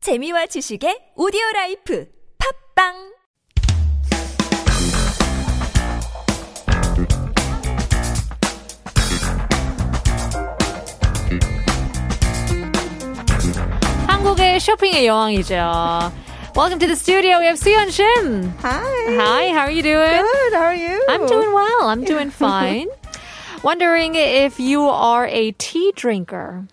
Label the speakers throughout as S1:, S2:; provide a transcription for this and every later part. S1: 재미와 지식의 오디오 라이프 팝빵
S2: 한국의 쇼핑의 여왕이죠. Welcome to the studio. We have Suyeon Shim.
S3: Hi.
S2: Hi, how are you doing?
S3: Good. How are you?
S2: I'm doing well. I'm doing fine. Wondering if you are a tea drinker.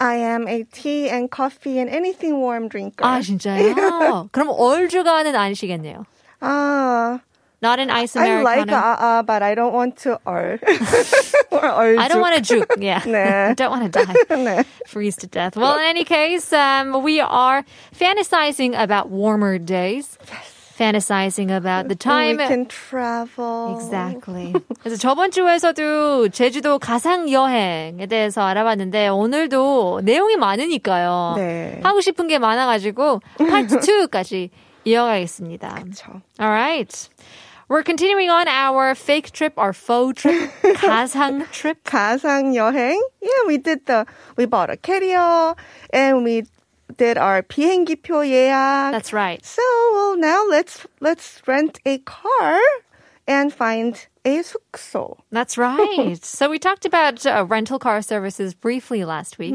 S3: I am a tea and coffee and anything warm drinker.
S2: 아 진짜요? 그럼 얼주가는 아니시겠네요.
S3: Ah,
S2: Not an ice
S3: I like
S2: americano.
S3: ah ah, but I don't want to or or 얼.
S2: I don't want to juke. Yeah.
S3: 네.
S2: don't want to die. Freeze to death. Well, in any case, um, we are fantasizing about warmer days. Fantasizing about the
S3: We
S2: time
S3: can travel.
S2: Exactly. 그래서 저번 주에서도 제주도 가상 여행에 대해서 알아봤는데 오늘도 내용이 많으니까요.
S3: 네.
S2: 하고 싶은 게 많아가지고 파트 2까지 이어가겠습니다.
S3: 저.
S2: All right. We're continuing on our fake trip, our faux trip, 가상 trip.
S3: 가상 여행. Yeah, we did the we bought a carrier and we did our 비행기표 예약.
S2: That's right.
S3: So well, now let's let's rent a car and find a 숙소.
S2: That's right. so we talked about uh, rental car services briefly last week,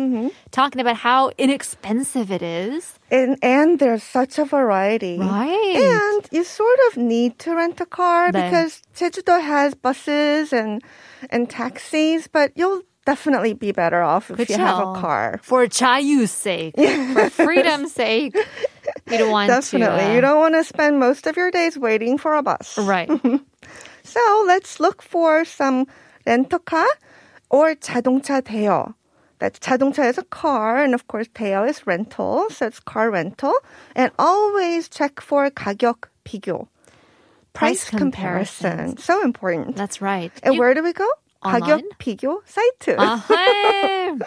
S2: talking about how inexpensive it is.
S3: And and there's such a variety.
S2: Right.
S3: And you sort of need to rent a car
S2: 네.
S3: because Jeju-do has buses and and taxis, but you'll definitely be better off if you have
S2: 그쵸?
S3: a car.
S2: For Chayu's sake, for freedom's sake, you don't want
S3: Definitely.
S2: to. uh,
S3: you don't want to spend most of your days waiting for a bus.
S2: Right.
S3: So let's look for some 렌터카 or 자동차 대여. That's 자동차 is a car, and of course 대여 is rental, so it's car rental. And always check for 가격 비교.
S2: Price
S3: Price
S2: comparison.
S3: comparison. So important.
S2: That's right.
S3: and
S2: You-
S3: where do we go? 가격
S2: Online?
S3: 비교 사이트.
S2: 아하.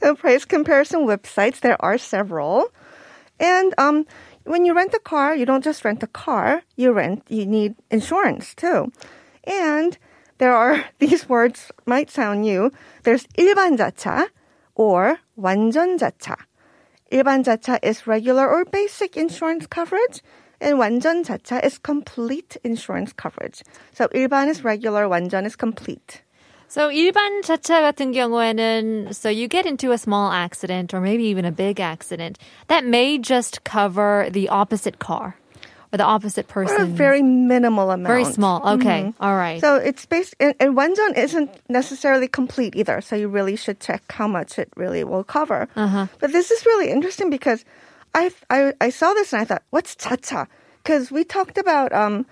S3: The price comparison websites, there are several. And um, when you rent a car, you don't just rent a car, you rent, you need insurance too. And there are, these words might sound new. There's 일반 자차 or 완전 자차. 일반 자차 is regular or basic insurance coverage. And 완전 자차 is complete insurance coverage. So 일반 is regular, 완전 is complete.
S2: So 일반 자차 같은 경우에는 so you get into a small accident or maybe even a big accident that may just cover the opposite car or the opposite
S3: Or a
S2: person.
S3: very minimal amount.
S2: Very small. Okay. All right.
S3: Mm-hmm. So it's based, and, and Wanzhong isn't necessarily complete either. So you really should check how much it really will cover. But this is really interesting because I, I, I saw this and I thought, what's cha-cha? Because we talked about um,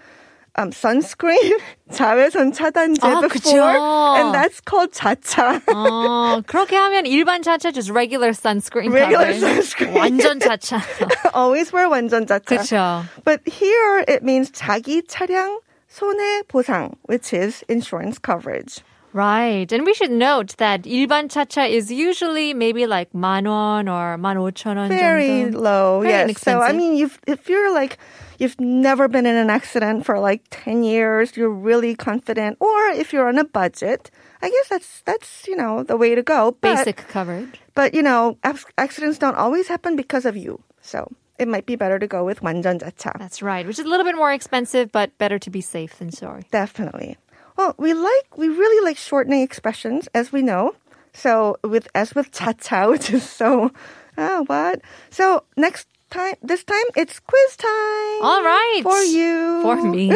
S3: um, sunscreen, 자외선 차단제
S2: 아,
S3: before,
S2: 그죠.
S3: and that's called cha-cha.
S2: Oh, 어, 그렇게 하면 일반 자차 just regular sunscreen
S3: Regular
S2: coverage.
S3: sunscreen.
S2: 완전 자차.
S3: Always wear 완전 자차.
S2: 그렇죠.
S3: But here it means 자기 차량 손해 보상, which is insurance coverage.
S2: Right. And we should note that 일반 차차 is usually maybe like man won or man 오천 원
S3: very
S2: 정도.
S3: low.
S2: Very
S3: yes. So I
S2: inexpensive.
S3: mean, you've, if you're like you've never been in an accident for like ten years, you're really confident, or if you're on a budget, I guess that's that's you know the way to go. But,
S2: Basic coverage.
S3: but you know, ac- accidents don't always happen because of you. So it might be better to go with 완전 자차.
S2: That's right. Which is a little bit more expensive, but better to be safe than sorry.
S3: Definitely. Well, we like we really like shortening expressions, as we know. So with as with cha cha, which is so ah what. So next time, this time it's quiz time.
S2: All right.
S3: for you,
S2: For me.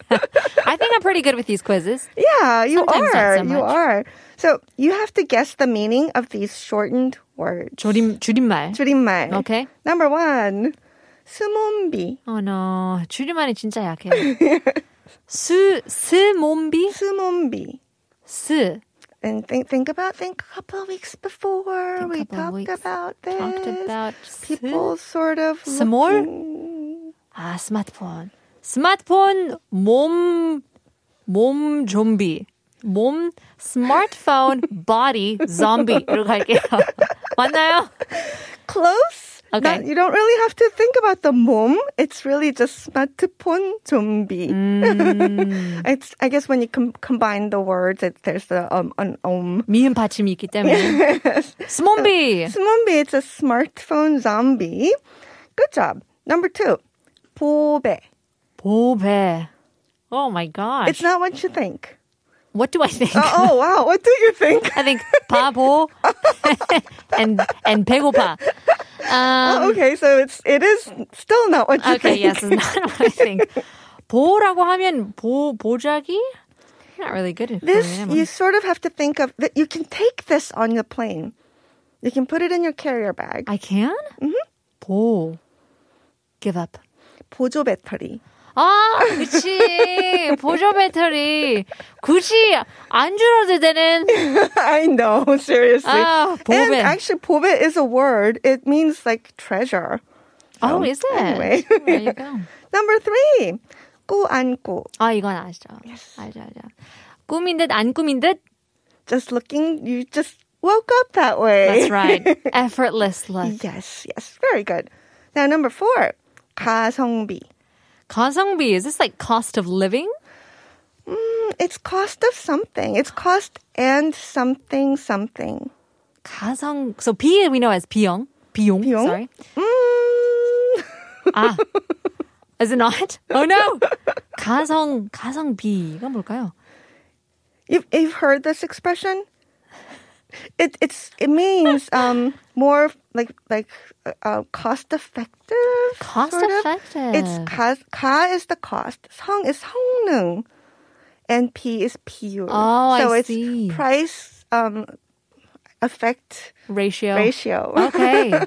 S2: I think I'm pretty good with these quizzes.
S3: Yeah, you
S2: Sometimes not
S3: are.
S2: so
S3: You
S2: much.
S3: are. So you have to guess the meaning of these shortened words.
S2: 줄임, 줄임말.
S3: 줄임말.
S2: Okay.
S3: Number one, 스몬비.
S2: Oh no. 줄임말이 진짜 약해. 스, 스 몸비?
S3: 스몬비.
S2: 스.
S3: And think think about think a couple of weeks before we
S2: couple of
S3: talked
S2: weeks.
S3: about this.
S2: Talked about 스.
S3: people sort of
S2: 스몰?
S3: looking-
S2: 아, 스마트폰. 스마트폰 몸, 몸 좀비. 몸, 스마트폰, body, zombie. 이렇게 할게요. 맞나요?
S3: close
S2: Okay.
S3: Not- you don't really have to think about the mom. It's really just smartphone 좀비.
S2: Mm.
S3: it's I guess when you com- combine the words, it, there's the um an um.
S2: 미음 받침이 있기 때문에. 스몬비.
S3: Zombie, it's a smartphone zombie. Good job. Number two, 보배.
S2: 보배. Oh my gosh.
S3: It's not what you think.
S2: what do I think?
S3: Uh, oh wow, what do you think?
S2: I think 바보 and and 배고파. Um,
S3: okay, so it's it is still not what you
S2: okay,
S3: think.
S2: yes, it's not what I think. 보라고 하면 보 보자기? I'm not really good at
S3: This
S2: Korean, am I?
S3: you sort of have to think of that you can take this on the plane. You can put it in your carrier bag.
S2: I can? 보. Give up.
S3: 보조 배터리.
S2: 아, 그치. 보조 배터리. 굳이 안 줄어들 때는
S3: I know, seriously.
S2: 아,
S3: and
S2: 보배.
S3: actually, 보배 is a word. It means like treasure.
S2: Oh, is it?
S3: anyway.
S2: There you go.
S3: Number three, 꾸안꾸.
S2: 아, 이건 아시죠? 알죠, 알죠. 꿈인 듯, 안 꿈인 듯?
S3: Just looking, you just woke up that way.
S2: That's right. Effortless look.
S3: Yes, yes, very good. Now, number four, 가성비.
S2: 가성비, is this like cost of living?
S3: It's cost of something. It's cost and something something.
S2: 가성, so B we know as 비용. 비용,
S3: 비용?
S2: sorry.
S3: Mm,
S2: 아, is it not? Oh no! 가성, 가성비, 이건 뭘까요?
S3: you've, you've heard this expression. It it's it means um more like like uh, uh, cost effective.
S2: Cost
S3: sort of.
S2: effective.
S3: It's ka, ka is the cost. Song is 성능, and p is pure.
S2: Oh, I
S3: so it's
S2: see.
S3: price um effect
S2: Ratio.
S3: ratio.
S2: Oh. Okay.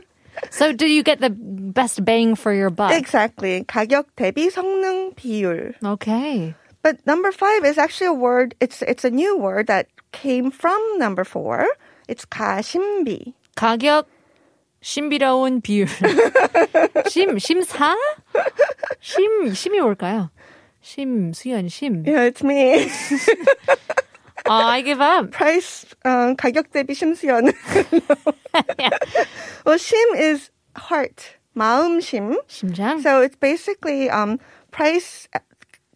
S2: so do you get the best bang for your buck?
S3: exactly. 가격 대비 성능 비율.
S2: Okay.
S3: But number five is actually a word. It's it's a new word that came from number four. It's 가심비.
S2: 가격 신비로운 비율. 심 심사? 심 심이 뭘까요? 심 수연 심.
S3: Yeah, it's me.
S2: 아, I give up.
S3: Price uh, 가격 대비 심수연. well, 심 is heart, 마음심.
S2: 심장.
S3: So it's basically um, price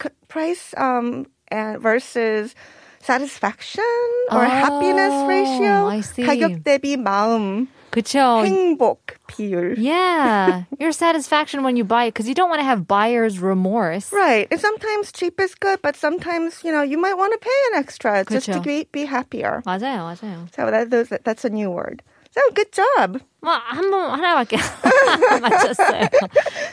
S3: c- price um, and versus satisfaction or
S2: Oh,
S3: happiness ratio.
S2: I see. Oh,
S3: 가격 대비 마음
S2: 그쵸.
S3: 행복 비율.
S2: Yeah, your satisfaction when you buy it because you don't want to have buyer's remorse.
S3: Right. And sometimes cheap is good, but sometimes, you know, you might want to pay an extra just to
S2: 그쵸.
S3: be, be happier.
S2: 맞아요, 맞아요.
S3: So that, those, that's a new word. So good job.
S2: 뭐한번 하나밖에 맞췄어요.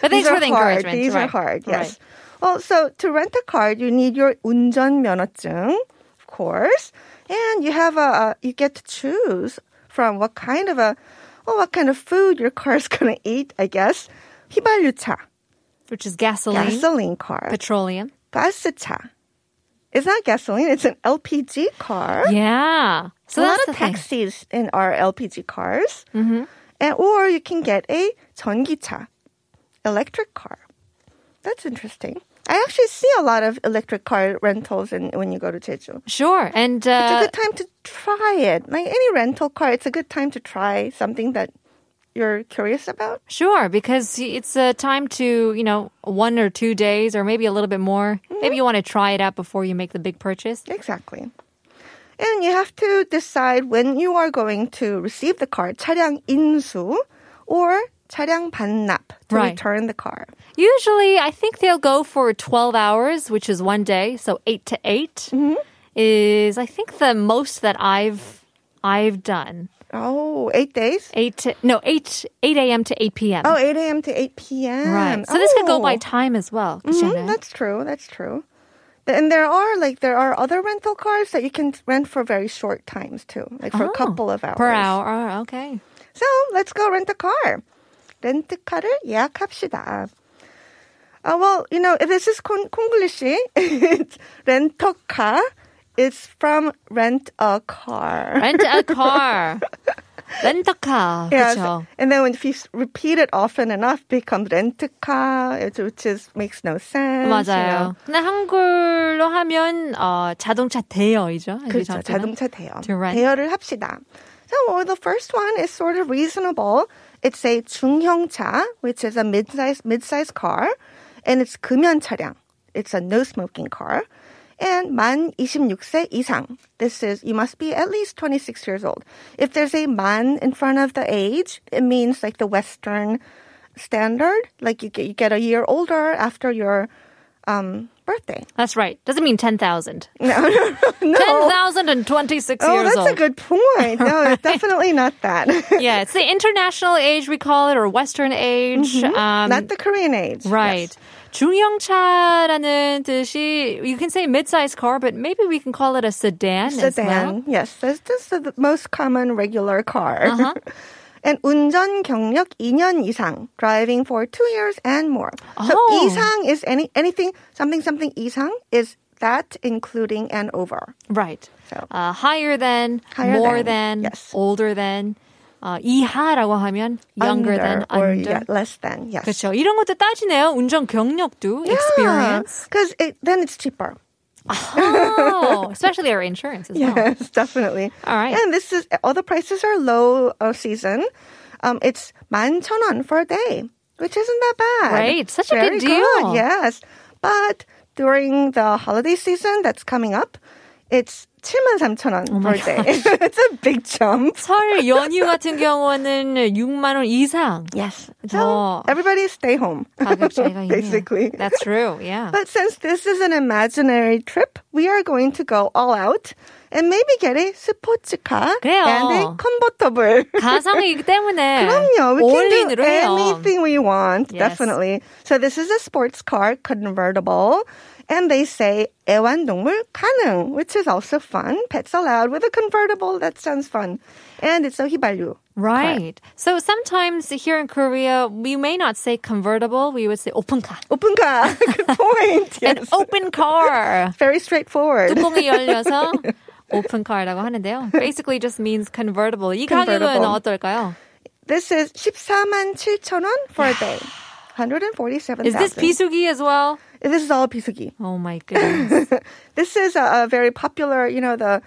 S2: But thanks for the
S3: hard.
S2: encouragement.
S3: These are
S2: Right,
S3: hard,
S2: right.
S3: yes. Well, so to rent a car, you need your 운전면허증, of course. And you have a, a you get to choose from what kind of a, well, what kind of food your car is going to eat, I guess. 휘발유차,
S2: Which is gasoline,
S3: gasoline car,
S2: petroleum.
S3: 가스차. It's not gasoline, it's an LPG car.
S2: Yeah. So
S3: a lot
S2: that's
S3: of
S2: the thing. Mm-hmm.
S3: taxis in our LPG cars, and or you can get a 전기차, electric car. That's interesting. I actually see a lot of electric car rentals in, when you go to Jeju.
S2: Sure. And
S3: It's a
S2: uh,
S3: good time to try it. Like any rental car, it's a good time to try something that you're curious about.
S2: Sure, because it's a time to, you know, one or two days or maybe a little bit more.
S3: Mm-hmm.
S2: Maybe you want to try it out before you make the big purchase.
S3: Exactly. And you have to decide when you are going to receive the car, 차량 인수 or 차량 반납 to
S2: Right.
S3: return the car.
S2: Usually, I think they'll go for 12 hours, which is one day, so 8 to 8
S3: Mm-hmm.
S2: is I think the most that I've I've done.
S3: Oh, eight days?
S2: 8 to, no, 8 8 a.m. to 8 p.m.
S3: Oh, 8 a.m. to 8 p.m.
S2: right. So this could go by
S3: Oh.
S2: time as well.
S3: Mhm,
S2: Christiana.
S3: That's true. That's true. Th- And there are like there are other rental cars that you can rent for very short times too, like for a
S2: Oh,
S3: couple of hours.
S2: Per hour. oh, Okay.
S3: So let's go rent a car. 렌트카를 예약합시다. Uh, well, you know, this is Kong- Konglishi. it's 렌터카. It's from rent a car.
S2: Rent a car. Rent a car.
S3: Yes.
S2: 그쵸?
S3: And then when if you s- repeat it often enough, it becomes rent-a-car, which- which is makes no sense.
S2: 맞아요. 근데 한글로 하면 어, 자동차 대여이죠.
S3: You know. 그렇죠. 자동차 대여.
S2: To rent.
S3: 대여를 합시다. So well, the first one is sort of reasonable. It's a 중형차, which is a mid-size mid-size car, and it's 금연 차량. It's a no smoking car. And 만 26세 이상. This is you must be at least 26 years old. If there's a man in front of the age, it means like the Western standard, like you get you get a year older after your um, birthday.
S2: That's right. Doesn't mean 10,000.
S3: No, no.
S2: 10,026
S3: Oh,
S2: years
S3: that's
S2: old.
S3: a good point. No, it's definitely not that.
S2: yeah, it's the international age we call it, or Western age. Um,
S3: Mm-hmm. not the Korean age.
S2: right. 중형차라는 뜻이 you can say mid-sized car, but maybe we can call it a sedan.
S3: Yes.
S2: as well.
S3: Sedan. Yes, that's just the most common regular car.
S2: Uh-huh.
S3: And 운전 경력 2년 이상, driving for two years and more. So
S2: Oh.
S3: 이상 is any anything something something 이상 is that including and over.
S2: Right.
S3: So.
S2: Uh, higher than,
S3: Higher
S2: more
S3: than,
S2: than,
S3: yes.
S2: older than. Uh, 이하라고 하면 younger than,
S3: or
S2: under.
S3: yeah, less than. Yes.
S2: 그렇죠. 이런 것도 따지네요. 운전 경력도 experience.
S3: Because it, then it's cheaper.
S2: Oh, especially our insurance as well.
S3: Yes, definitely.
S2: All right.
S3: And this is all the prices are low of season. Um, it's man won for a day, which isn't that bad.
S2: Right, such a
S3: Very
S2: good deal.
S3: Yes, but during the holiday season that's coming up, it's 73,000원 oh per day. it's a big jump.
S2: 설 연휴 같은 경우는 6만 원 이상
S3: Yes. So
S2: 더
S3: everybody stay home.
S2: 가격 차이가 있네요.
S3: Basically.
S2: That's true. Yeah.
S3: But since this is an imaginary trip, we are going to go all out and maybe get a 스포츠카
S2: 그래요.
S3: and a convertible.
S2: 가상이기 때문에
S3: 그럼요. We can do
S2: 올인으로 해요.
S3: anything we want.
S2: Yes.
S3: Definitely. So this is a sports car convertible. And they say 애완동물 가능, which is also fun. Pets allowed with a convertible. That sounds fun. And it's a 휘발유.
S2: Right. So sometimes here in Korea, we may not say convertible. We would say open car.
S3: 오픈카. Good point.
S2: An
S3: Yes.
S2: open car.
S3: Very straightforward.
S2: 뚜껑이 열려서 open car라고 하는데요. Basically just means convertible. 이 가격은
S3: Convertible.
S2: 어떨까요?
S3: This is 14만 7천 원 for a day. 147,000.
S2: Is this 비수기 as well?
S3: This is all 비수기.
S2: Oh my goodness.
S3: This is a, a very popular, you know, the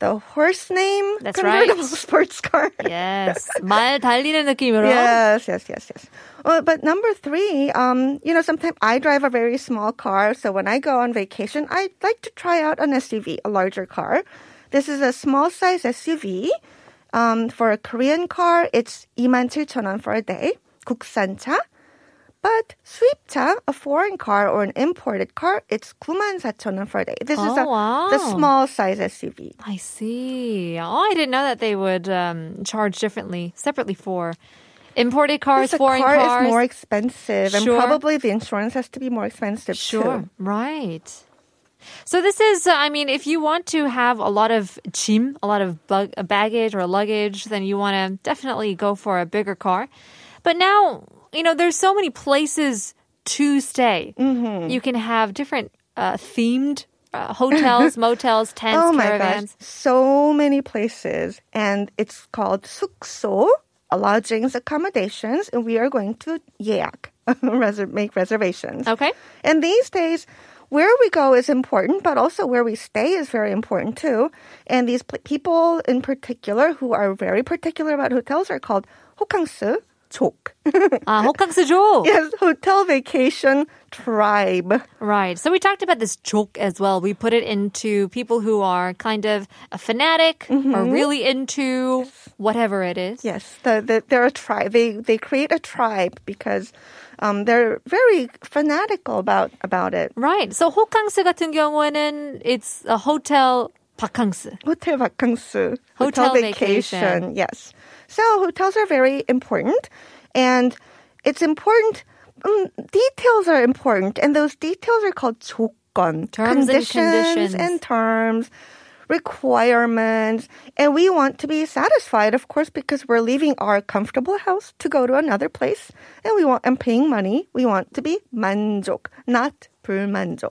S3: the horse name
S2: That's
S3: convertible
S2: right.
S3: sports car.
S2: Yes. 말 달리는 느낌으로.
S3: Yes, yes, yes, yes. Uh, but number three, um, you know, sometimes I drive a very small car, so when I go on vacation, I like to try out an SUV, a larger car. This is a small size SUV. Um, for a Korean car, it's 27,000원 for a day. 국산차. But 수입차, a foreign car or an imported car, it's 94,000원 for a day. This is
S2: Oh,
S3: a, the
S2: wow.
S3: small size SUV.
S2: I see. Oh, I didn't know that they would um, charge differently, separately for imported cars,
S3: the
S2: foreign
S3: car
S2: cars.
S3: is more expensive, and
S2: Sure.
S3: probably the insurance has to be more expensive
S2: Sure.
S3: too.
S2: Right. So this is, uh, I mean, if you want to have a lot of 짐, a lot of bug, uh, baggage or luggage, then you want to definitely go for a bigger car. But now, you know, there's so many places to stay.
S3: Mm-hmm.
S2: You can have different uh, themed uh, hotels, motels, tents,
S3: Oh my gosh,
S2: caravans.
S3: so many places, and it's called 숙소, lodgings, accommodations, and we are going to 예약, reser- make reservations.
S2: Okay.
S3: And these days, where we go is important, but also where we stay is very important too. And these pl- people in particular who are very particular about hotels are called 호캉스, 족.
S2: Uh, 호캉스족.
S3: yes, hotel vacation tribe.
S2: Right. So we talked about this joke as well. We put it into people who are kind of a fanatic
S3: Mm-hmm.
S2: or really into whatever it is.
S3: Yes, the, the, they're a tribe. They they create a tribe because um, they're very fanatical about about it.
S2: Right. So 호캉스 같은 경우에는 it's a hotel 바캉스.
S3: Hotel vacancy,
S2: Hotel vacation.
S3: Yes. So hotels are very important, and it's important. Um, details are important, and those details are called 조건,
S2: Terms and
S3: conditions
S2: conditions.
S3: and terms, requirements, and we want to be satisfied, of course, because we're leaving our comfortable house to go to another place, and we want and paying money. We want to be 만족, not 불만족.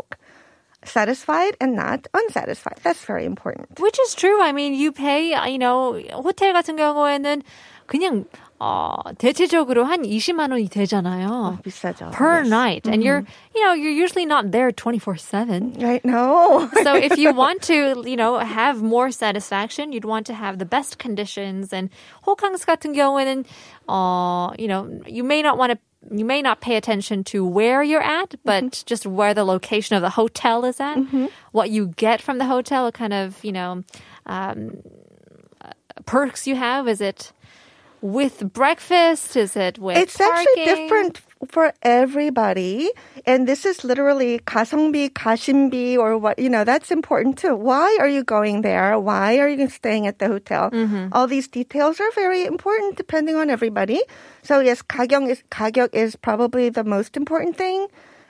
S3: Satisfied and not unsatisfied. That's very important.
S2: Which is true. I mean, you pay, you know, 호텔 같은 경우에는 그냥 어, 대체적으로 한 20만 원이 되잖아요.
S3: 비싸죠.
S2: per
S3: Yes. Mm-hmm.
S2: night. And you're, you know, you're usually not there 24 7.
S3: I know.
S2: So if you want to, you know, have more satisfaction, you'd want to have the best conditions. And 호캉스 같은 경우에는, uh, you know, you may not want to, you may not pay attention to where you're at, but
S3: Mm-hmm.
S2: just where the location of the hotel is at, what you get from the hotel, what kind of, you know, um, uh, perks you have. Is it with breakfast? Is it with
S3: It's actually
S2: parking?
S3: different for everybody. And this is literally 가성비, 가심비, or what, you know, that's important too. Why are you going there? Why are you staying at the hotel? All these details are very important depending on everybody. So yes, 가격 is, 가격 is probably the most important thing.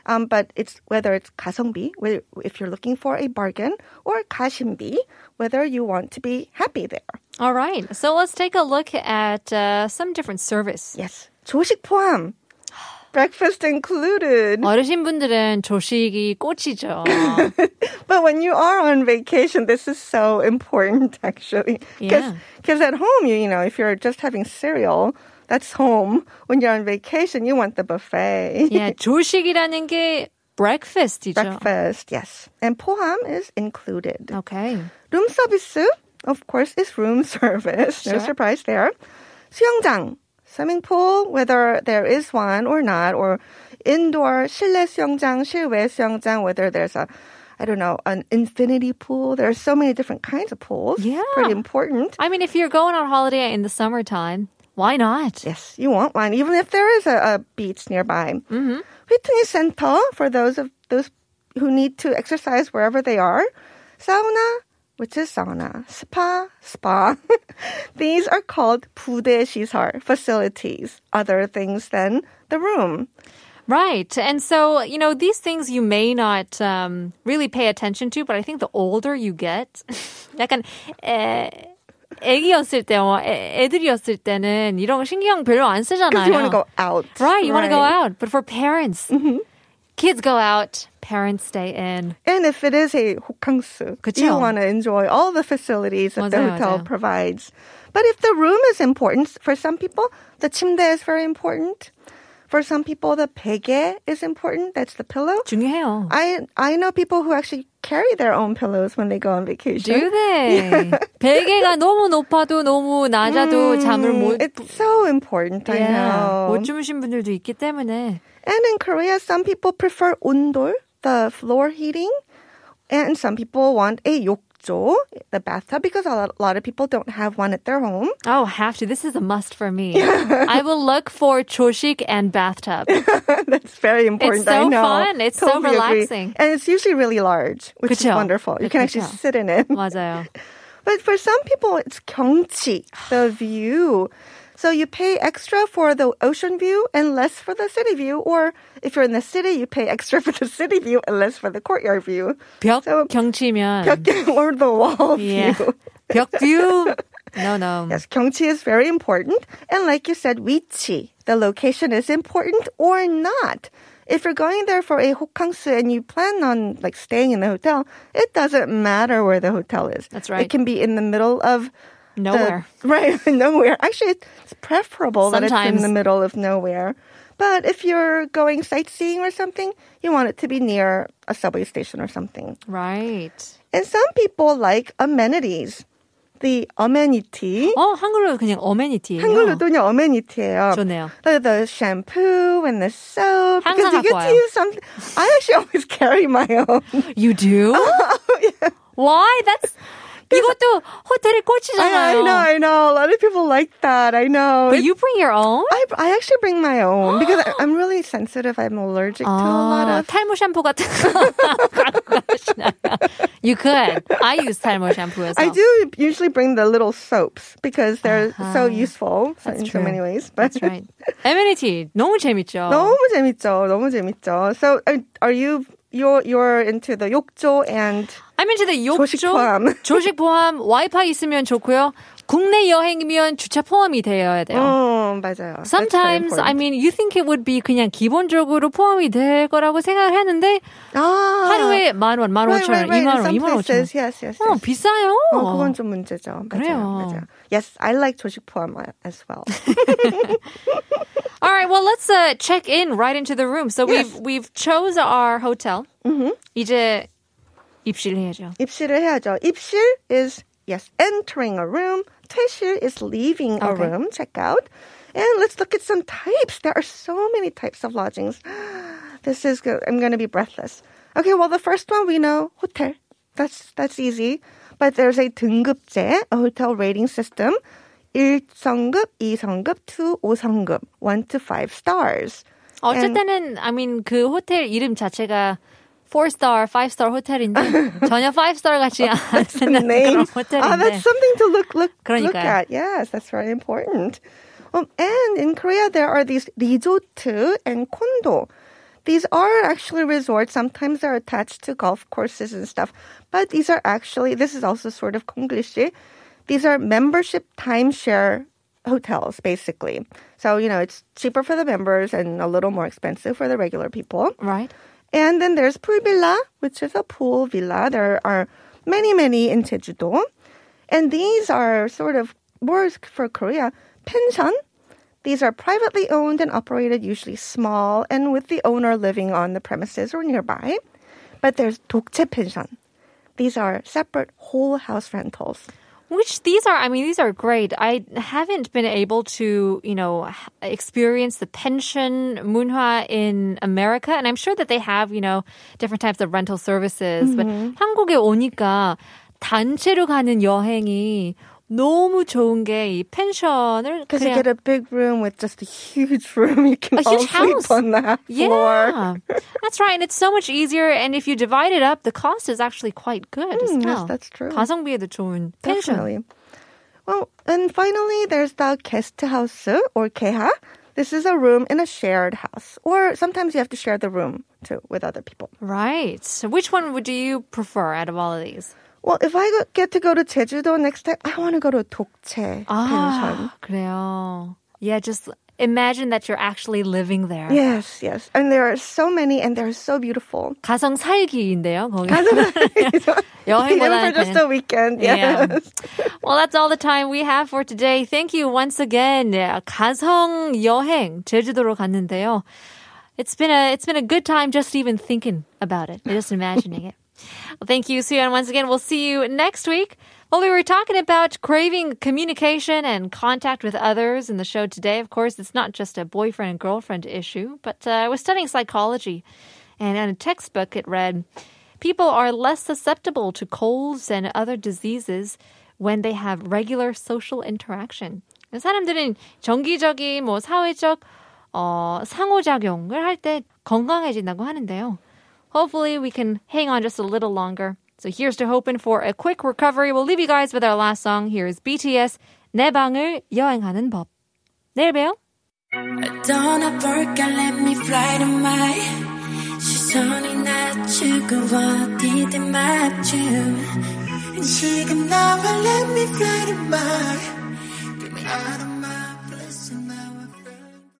S3: Um, but it's whether it's 가성비, whe- if you're looking for a bargain, or 가심비, whether you want to be happy there.
S2: All right. So let's take a look at uh, some different service.
S3: Yes. 조식 포함. Breakfast included.
S2: 어르신분들은 조식이 꽃이죠.
S3: But when you are on vacation, this is so important, actually.
S2: Yeah.
S3: Because at home, you, you know, if you're just having cereal, that's home. When you're on vacation, you want the buffet.
S2: yeah, 예, 조식이라는 게 breakfast이죠.
S3: Breakfast, yes. And poham is included.
S2: Okay.
S3: Room service, of course, is room service. No
S2: Sure.
S3: surprise there. 수영장, swimming pool, whether there is one or not, or indoor 실내 수영장, 실외 수영장, whether there's a, I don't know, an infinity pool. There are so many different kinds of pools.
S2: Yeah.
S3: Pretty important.
S2: I mean, if you're going on holiday in the summertime, why not?
S3: Yes, you want one, even if there is a, a beach nearby. Mm-hmm. Whitney Center for those of those who need to exercise wherever they are. Sauna, which is sauna, spa, spa. These are called 부대 시설 facilities, other things than the room.
S2: Right. And so, you know, these things you may not um, really pay attention to, but I think the older you get, 약간 에, 애기였을 때, 뭐, 애, 애들이었을 때는 이런 거 신경 별로 안
S3: Because
S2: 쓰잖아요.
S3: you want to go out. Mm-hmm.
S2: Right, you want to go out. But for parents, kids go out, parents stay in.
S3: And if it is a 호캉스, you
S2: 그쵸?
S3: want to enjoy all the facilities that the
S2: 맞아요,
S3: hotel
S2: 맞아요.
S3: provides. But if the room is important, for some people, the 침대 is very important. For some people, the 베개 is important. That's the pillow.
S2: 중요해요.
S3: I I know people who actually carry their own pillows when they go on vacation.
S2: Do
S3: 네.
S2: they? 베개가 너무 높아도 너무 낮아도 잠을 못
S3: It's so important. 음, I
S2: yeah,
S3: know.
S2: 못 주무신 분들도 있기 때문에
S3: And in Korea, some people prefer undol, the floor heating, and some people want a 욕조, the bathtub, because a lot, a lot of people don't have one at their home.
S2: Oh, have to. This is a must for me. I will look for choshik and bathtub.
S3: That's very important.
S2: It's so
S3: I know.
S2: fun. It's so
S3: Totally agree.
S2: relaxing.
S3: and it's usually really large, which is
S2: 그쵸?
S3: wonderful. You can actually
S2: 그쵸.
S3: sit in it.
S2: 맞아요.
S3: But for some people, it's 경치, the view. So you pay extra for the ocean view and less for the city view, or if you're in the city, you pay extra for the city view and less for the courtyard view.
S2: 벽
S3: So-
S2: 경치면
S3: or the wall
S2: yeah.
S3: view.
S2: 벽 view. No, no.
S3: Yes, 경치 is very important. And like you said, 위치, the location is important or not. If you're going there for a hokkangsu and you plan on like staying in the hotel, it doesn't matter where the hotel is.
S2: That's right.
S3: It can be in the middle of the-
S2: Nowhere.
S3: right, nowhere. Actually, it's preferable that it's in
S2: Sometimes.
S3: the middle of nowhere. But if you're going sightseeing or something, you want it to be near a subway station or something.
S2: Right.
S3: And some people like amenities. The amenity.
S2: 어, 한글로 그냥 어메니티예요.
S3: 한글로도 그냥 어메니티예요.
S2: 좋네요.
S3: The, the shampoo and the soap.
S2: 항상
S3: Because you get
S2: 갖고
S3: to
S2: 와요.
S3: use something. I actually always carry my own.
S2: You do?
S3: Oh,
S2: Why? That's 이것도 호텔의
S3: I,
S2: 꽃이잖아요.
S3: I know, I know. A lot of people like that. I know.
S2: But you bring your own?
S3: I, I actually bring my own because I, I'm really sensitive. I'm allergic to a lot
S2: 아,
S3: of.
S2: 탈모 샴푸 같은 거 갖고 가시나요? You could. I use 탈모 샴푸 as well.
S3: I do usually bring the little soaps because they're so useful so-
S2: Uh-huh. That's
S3: in so
S2: true.
S3: many ways. But
S2: That's right. Amenity E, 너무 재밌죠.
S3: 너무 재밌죠. 너무 재밌죠. So are, are you you're you're into the 욕조 and
S2: I'm into the 욕조.
S3: 조식 포함.
S2: 조식 포함, 와이파이 있으면 좋고요. 국내 여행이면 주차 포함이 되어야 돼요.
S3: 어, 맞아요. That's very
S2: Sometimes, I
S3: important.
S2: mean, you think it would be 그냥 기본적으로 포함이 될 거라고 생각을 했는데
S3: 아.
S2: 하루에 만 원, 만
S3: Right,
S2: 오천 원, 어,
S3: right, right.
S2: 이만 원,
S3: Some
S2: 이만 오천 원.
S3: places, yes, yes,
S2: 어,
S3: yes.
S2: 비싸요.
S3: 어, 그건 좀 문제죠. 맞아요.
S2: 그래요.
S3: 맞아요. Yes, I like 조식 포함 uh, as well.
S2: All right, well let's uh, check in right into the room. So
S3: Yes.
S2: we've
S3: Mm-hmm.
S2: we've chose our hotel. 이제 입실 해야죠.
S3: 입실을 해야죠. 입실 is yes, entering a room. 퇴실 is leaving a
S2: Okay.
S3: room. Check out. And let's look at some types. There are so many types of lodgings. This is good. I'm going to be breathless. Okay, well the first one we know hotel. That's that's easy. But there's a 등급제, a hotel rating system. 1성급, 2성급, 2, 5성급, 1 to 5 stars. And-
S2: 어쨌든은 I mean 그 호텔 이름 자체가 4 star, 5 star 호텔인데 전혀 5 star 같지 않은 그런
S3: name. Oh,
S2: 호텔인데.
S3: that's something to look look look
S2: 그러니까요.
S3: at. Yes, that's very important. Um, and in Korea, there are these 리조트 and condo. These are actually resorts. Sometimes they're attached to golf courses and stuff. But these are actually this is also sort of konglishi. These are membership timeshare hotels, basically. So you know it's cheaper for the members and a little more expensive for the regular people.
S2: right?
S3: And then there's pool villa, which is a pool villa. There are many, many in Jeju-do. And these are sort of words for Korea. Pension. These are privately owned and operated, usually small, and with the owner living on the premises or nearby. But there's 독채 pension. These are separate whole house rentals.
S2: Which these are, I mean, these are great. I haven't been able to, you know, h- experience the pension 문화 in America, and I'm sure that they have, you know, different types of rental services. But
S3: Mm-hmm.
S2: 한국에 오니까 단체로 가는 여행이 너무 좋은 게 이 펜션을
S3: Because you
S2: 그냥
S3: get a big room with just a huge room. You can
S2: A
S3: all
S2: huge
S3: sleep
S2: house.
S3: on that floor.
S2: Yeah, that's right. And it's so much easier. And if you divide it up, the cost is actually quite good as
S3: Mm, yes,
S2: well.
S3: that's true.
S2: 가성비에도 좋은 펜션.
S3: Definitely. Well, and finally, there's the guest house or keha. This is a room in a shared house, or sometimes you have to share the room too with other people.
S2: Right. So which one would do you prefer out of all of these?
S3: Well, if I go- get to go to Jeju-do next time, I want to go to Dokche Pension.
S2: 아, 그래요. Yeah, just imagine that you're actually living there.
S3: Yes, yes, and there are so many, and they're so beautiful.
S2: 가성 살기인데요, 거기.
S3: Even for just a weekend, yes.
S2: Yeah. Well, that's all the time we have for today. Thank you once again. 가성 여행 제주도로 갔는데요. It's been a it's been a good time just even thinking about it, just imagining it. Well, thank you, Suyeon. Once again, we'll see you next week. Well, we were talking about craving communication and contact with others in the show today. Of course, it's not just a boyfriend and girlfriend issue, but uh, I was studying psychology, and in a textbook it read, "People are less susceptible to colds and other diseases when they have regular social interaction." 사람들은 정기적인 뭐 사회적 어, 상호작용을 할 때 건강해진다고 하는데요. Hopefully, we can hang on just a little longer. So here's to hoping for a quick recovery. We'll leave you guys with our last song. Here is BTS 내 방을 여행하는 법. 내일 봬요.
S4: Don't 볼까 let me fly to my 시선이 날 주고 어디든 맞춤 지금 나와 let me fly to my Get me out of my